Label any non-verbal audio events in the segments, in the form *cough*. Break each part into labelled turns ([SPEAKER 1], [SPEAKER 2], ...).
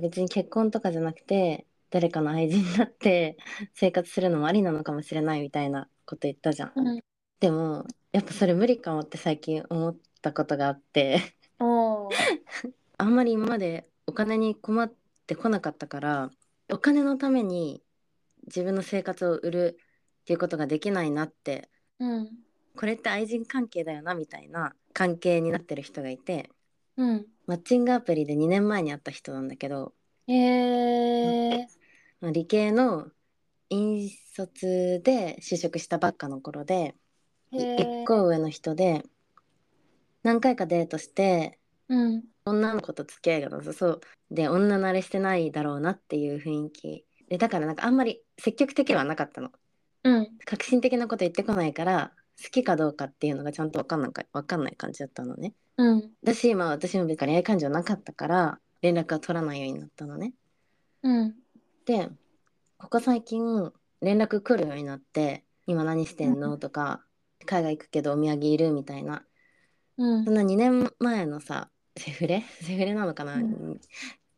[SPEAKER 1] 別に結婚とかじゃなくて、誰かの愛人になって生活するのもありなのかもしれないみたいなこと言ったじゃん。
[SPEAKER 2] うん
[SPEAKER 1] でも、やっぱそれ無理かもって最近思ったことがあって、
[SPEAKER 2] おー
[SPEAKER 1] あんまり今までお金に困ってこなかったから、お金のために自分の生活を売るっていうことができないなって、
[SPEAKER 2] うん
[SPEAKER 1] これって愛人関係だよなみたいな関係になってる人がいて、
[SPEAKER 2] うん
[SPEAKER 1] マッチングアプリで2年前に会った人なんだけど、
[SPEAKER 2] えー
[SPEAKER 1] まあ理系の引率で就職したばっかの頃で、い
[SPEAKER 2] へー
[SPEAKER 1] 一個上の人で何回かデートして
[SPEAKER 2] うん
[SPEAKER 1] 女の子と付き合いがなさそうで女慣れしてないだろうなっていう雰囲気でだからなんかあんまり積極的はなかったの
[SPEAKER 2] うん
[SPEAKER 1] 革新的なこと言ってこないから好きかどうかっていうのがちゃんと分かんないか分かんない感じだったのね
[SPEAKER 2] うん
[SPEAKER 1] だしまあ私も別に恋愛感情なかったから連絡は取らないようになったのね
[SPEAKER 2] うん
[SPEAKER 1] でここ最近連絡来るようになって「今何してんの?」とか「海外行くけどお土産いる?」みたいな
[SPEAKER 2] うん
[SPEAKER 1] そんな2年前のさセフレ *laughs* セフレなのかな、
[SPEAKER 2] うん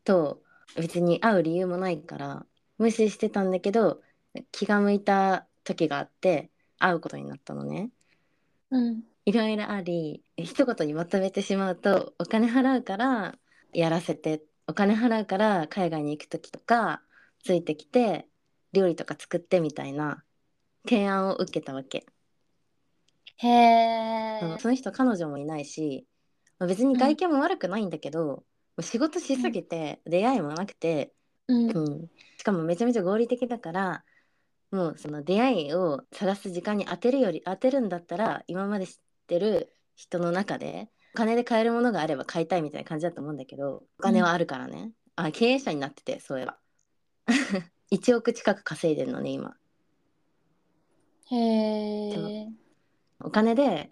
[SPEAKER 1] と別に会う理由もないから無視してたんだけど気が向いた時があって会うことになったのね。
[SPEAKER 2] うん
[SPEAKER 1] いろいろあり一言にまとめてしまうとお金払うからやらせてお金払うから海外に行く時とかついてきて料理とか作ってみたいな提案を受けたわけ、
[SPEAKER 2] へ
[SPEAKER 1] あの
[SPEAKER 2] え
[SPEAKER 1] その人彼女もいないし、まあ別に外見も悪くないんだけど、もう仕事しすぎて出会いもなくて、
[SPEAKER 2] うん
[SPEAKER 1] うんしかもめちゃめちゃ合理的だからもうその出会いを探す時間に当てるより当てるんだったら今まで知ってる人の中でお金で買えるものがあれば買いたいみたいな感じだと思うんだけどお金はあるからね、あ経営者になっててそういえば *laughs* 1億近く稼いでるのね今
[SPEAKER 2] へえ
[SPEAKER 1] お金で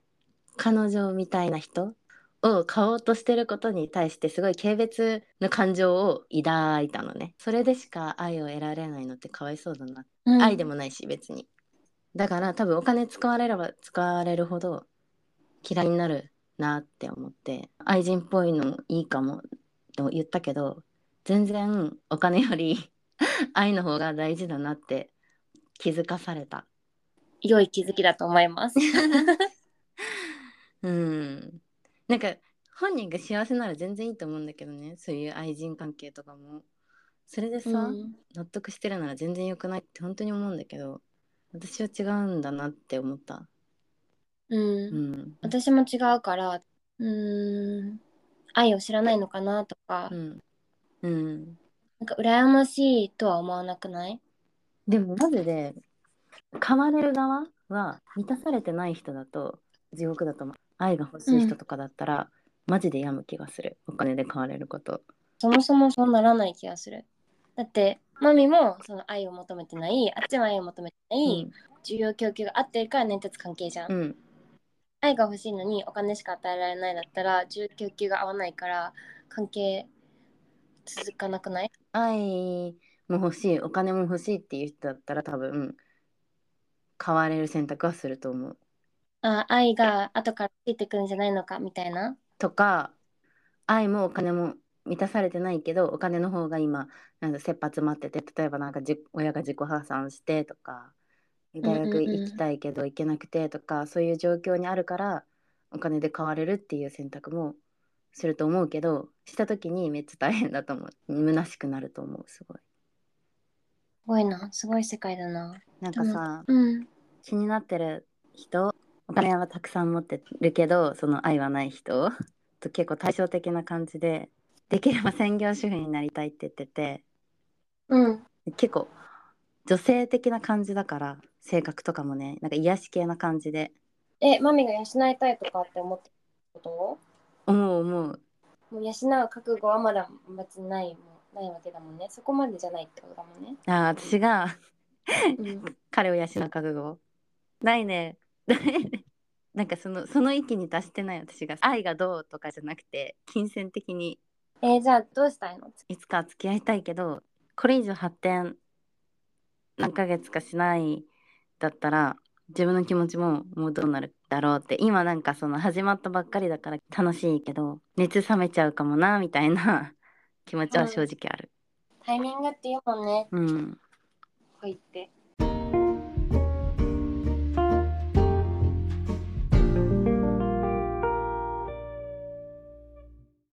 [SPEAKER 1] 彼女みたいな人を買おうとしてることに対してすごい軽蔑の感情を抱いたのねそれでしか愛を得られないのってかわいそうだな愛で
[SPEAKER 2] も
[SPEAKER 1] もないし別にだから多分お金使われれば使われるほど嫌いになるなって思って愛人っぽいのいいかもと言ったけど全然お金より *laughs* 愛の方が大事だなって気づかされ
[SPEAKER 2] *laughs*
[SPEAKER 1] た
[SPEAKER 2] 良い気づきだと思います
[SPEAKER 1] うんなんか本人が幸せなら全然いいと思うんだけどねそういう愛人関係とかもそれでさ、
[SPEAKER 2] うん
[SPEAKER 1] 納得してるなら全然良くないって本当に思うんだけど私は違うんだなって思った
[SPEAKER 2] うん
[SPEAKER 1] うん
[SPEAKER 2] 私も違うからうーん愛を知らないのかなとか、
[SPEAKER 1] うん、うん、
[SPEAKER 2] なんか羨ましいとは思わなくない
[SPEAKER 1] でもマジで買われる側は満たされてない人だと地獄だと思う愛が欲しい人とかだったら、マジで病む気がするお金で買われること
[SPEAKER 2] そもそもそうならない気がするだってマミもその愛を求めてないあっちも愛を求めてない、需要供給が合ってるから年達関係じゃん、
[SPEAKER 1] うん、うん
[SPEAKER 2] 愛が欲しいのにお金しか与えられないだったら需要供給が合わないから関係続かなくない
[SPEAKER 1] 愛も欲しいお金も欲しいっていう人だったら多分買われる選択はすると思う
[SPEAKER 2] あ愛が後からついてくるんじゃないのかみたいな
[SPEAKER 1] とか愛もお金も満たされてないけどお金の方が今なんか切羽詰まってて例えばなんかじ親が自己破産してとか大学行きたいけど行けなくてとか、そういう状況にあるからお金で買われるっていう選択もすると思うけどした時にめっちゃ大変だと思う虚しくなると思うすごい。
[SPEAKER 2] すごいなすごい世界だな
[SPEAKER 1] なんかさ、
[SPEAKER 2] うん
[SPEAKER 1] 気になってる人お金はたくさん持ってるけどその愛はない人 *laughs* と結構対照的な感じでできれば専業主婦になりたいって言ってて
[SPEAKER 2] うん
[SPEAKER 1] 結構女性的な感じだから性格とかもねなんか癒し系な感じで
[SPEAKER 2] え、マミが養いたいとかって思ってるこ
[SPEAKER 1] 思う思う
[SPEAKER 2] ともう養う覚悟はまだ別にないもんないわけだもんね。そこまでじゃないってことだもんね。
[SPEAKER 1] あー私が
[SPEAKER 2] うん、
[SPEAKER 1] 彼を養う覚悟ないね *laughs* なんかそのその域に達してない私が愛がどうとかじゃなくて金銭的に
[SPEAKER 2] えーじゃあどうしたいの
[SPEAKER 1] いつか付き合いたいけどこれ以上発展何ヶ月かしないだったら自分の気持ちももうどうなるだろうって今なんかその始まったばっかりだ *laughs* から楽しいけど熱冷めちゃうかもなみたいな気持ちは正直ある、タイミングっていうもんね
[SPEAKER 2] うん
[SPEAKER 1] とか言って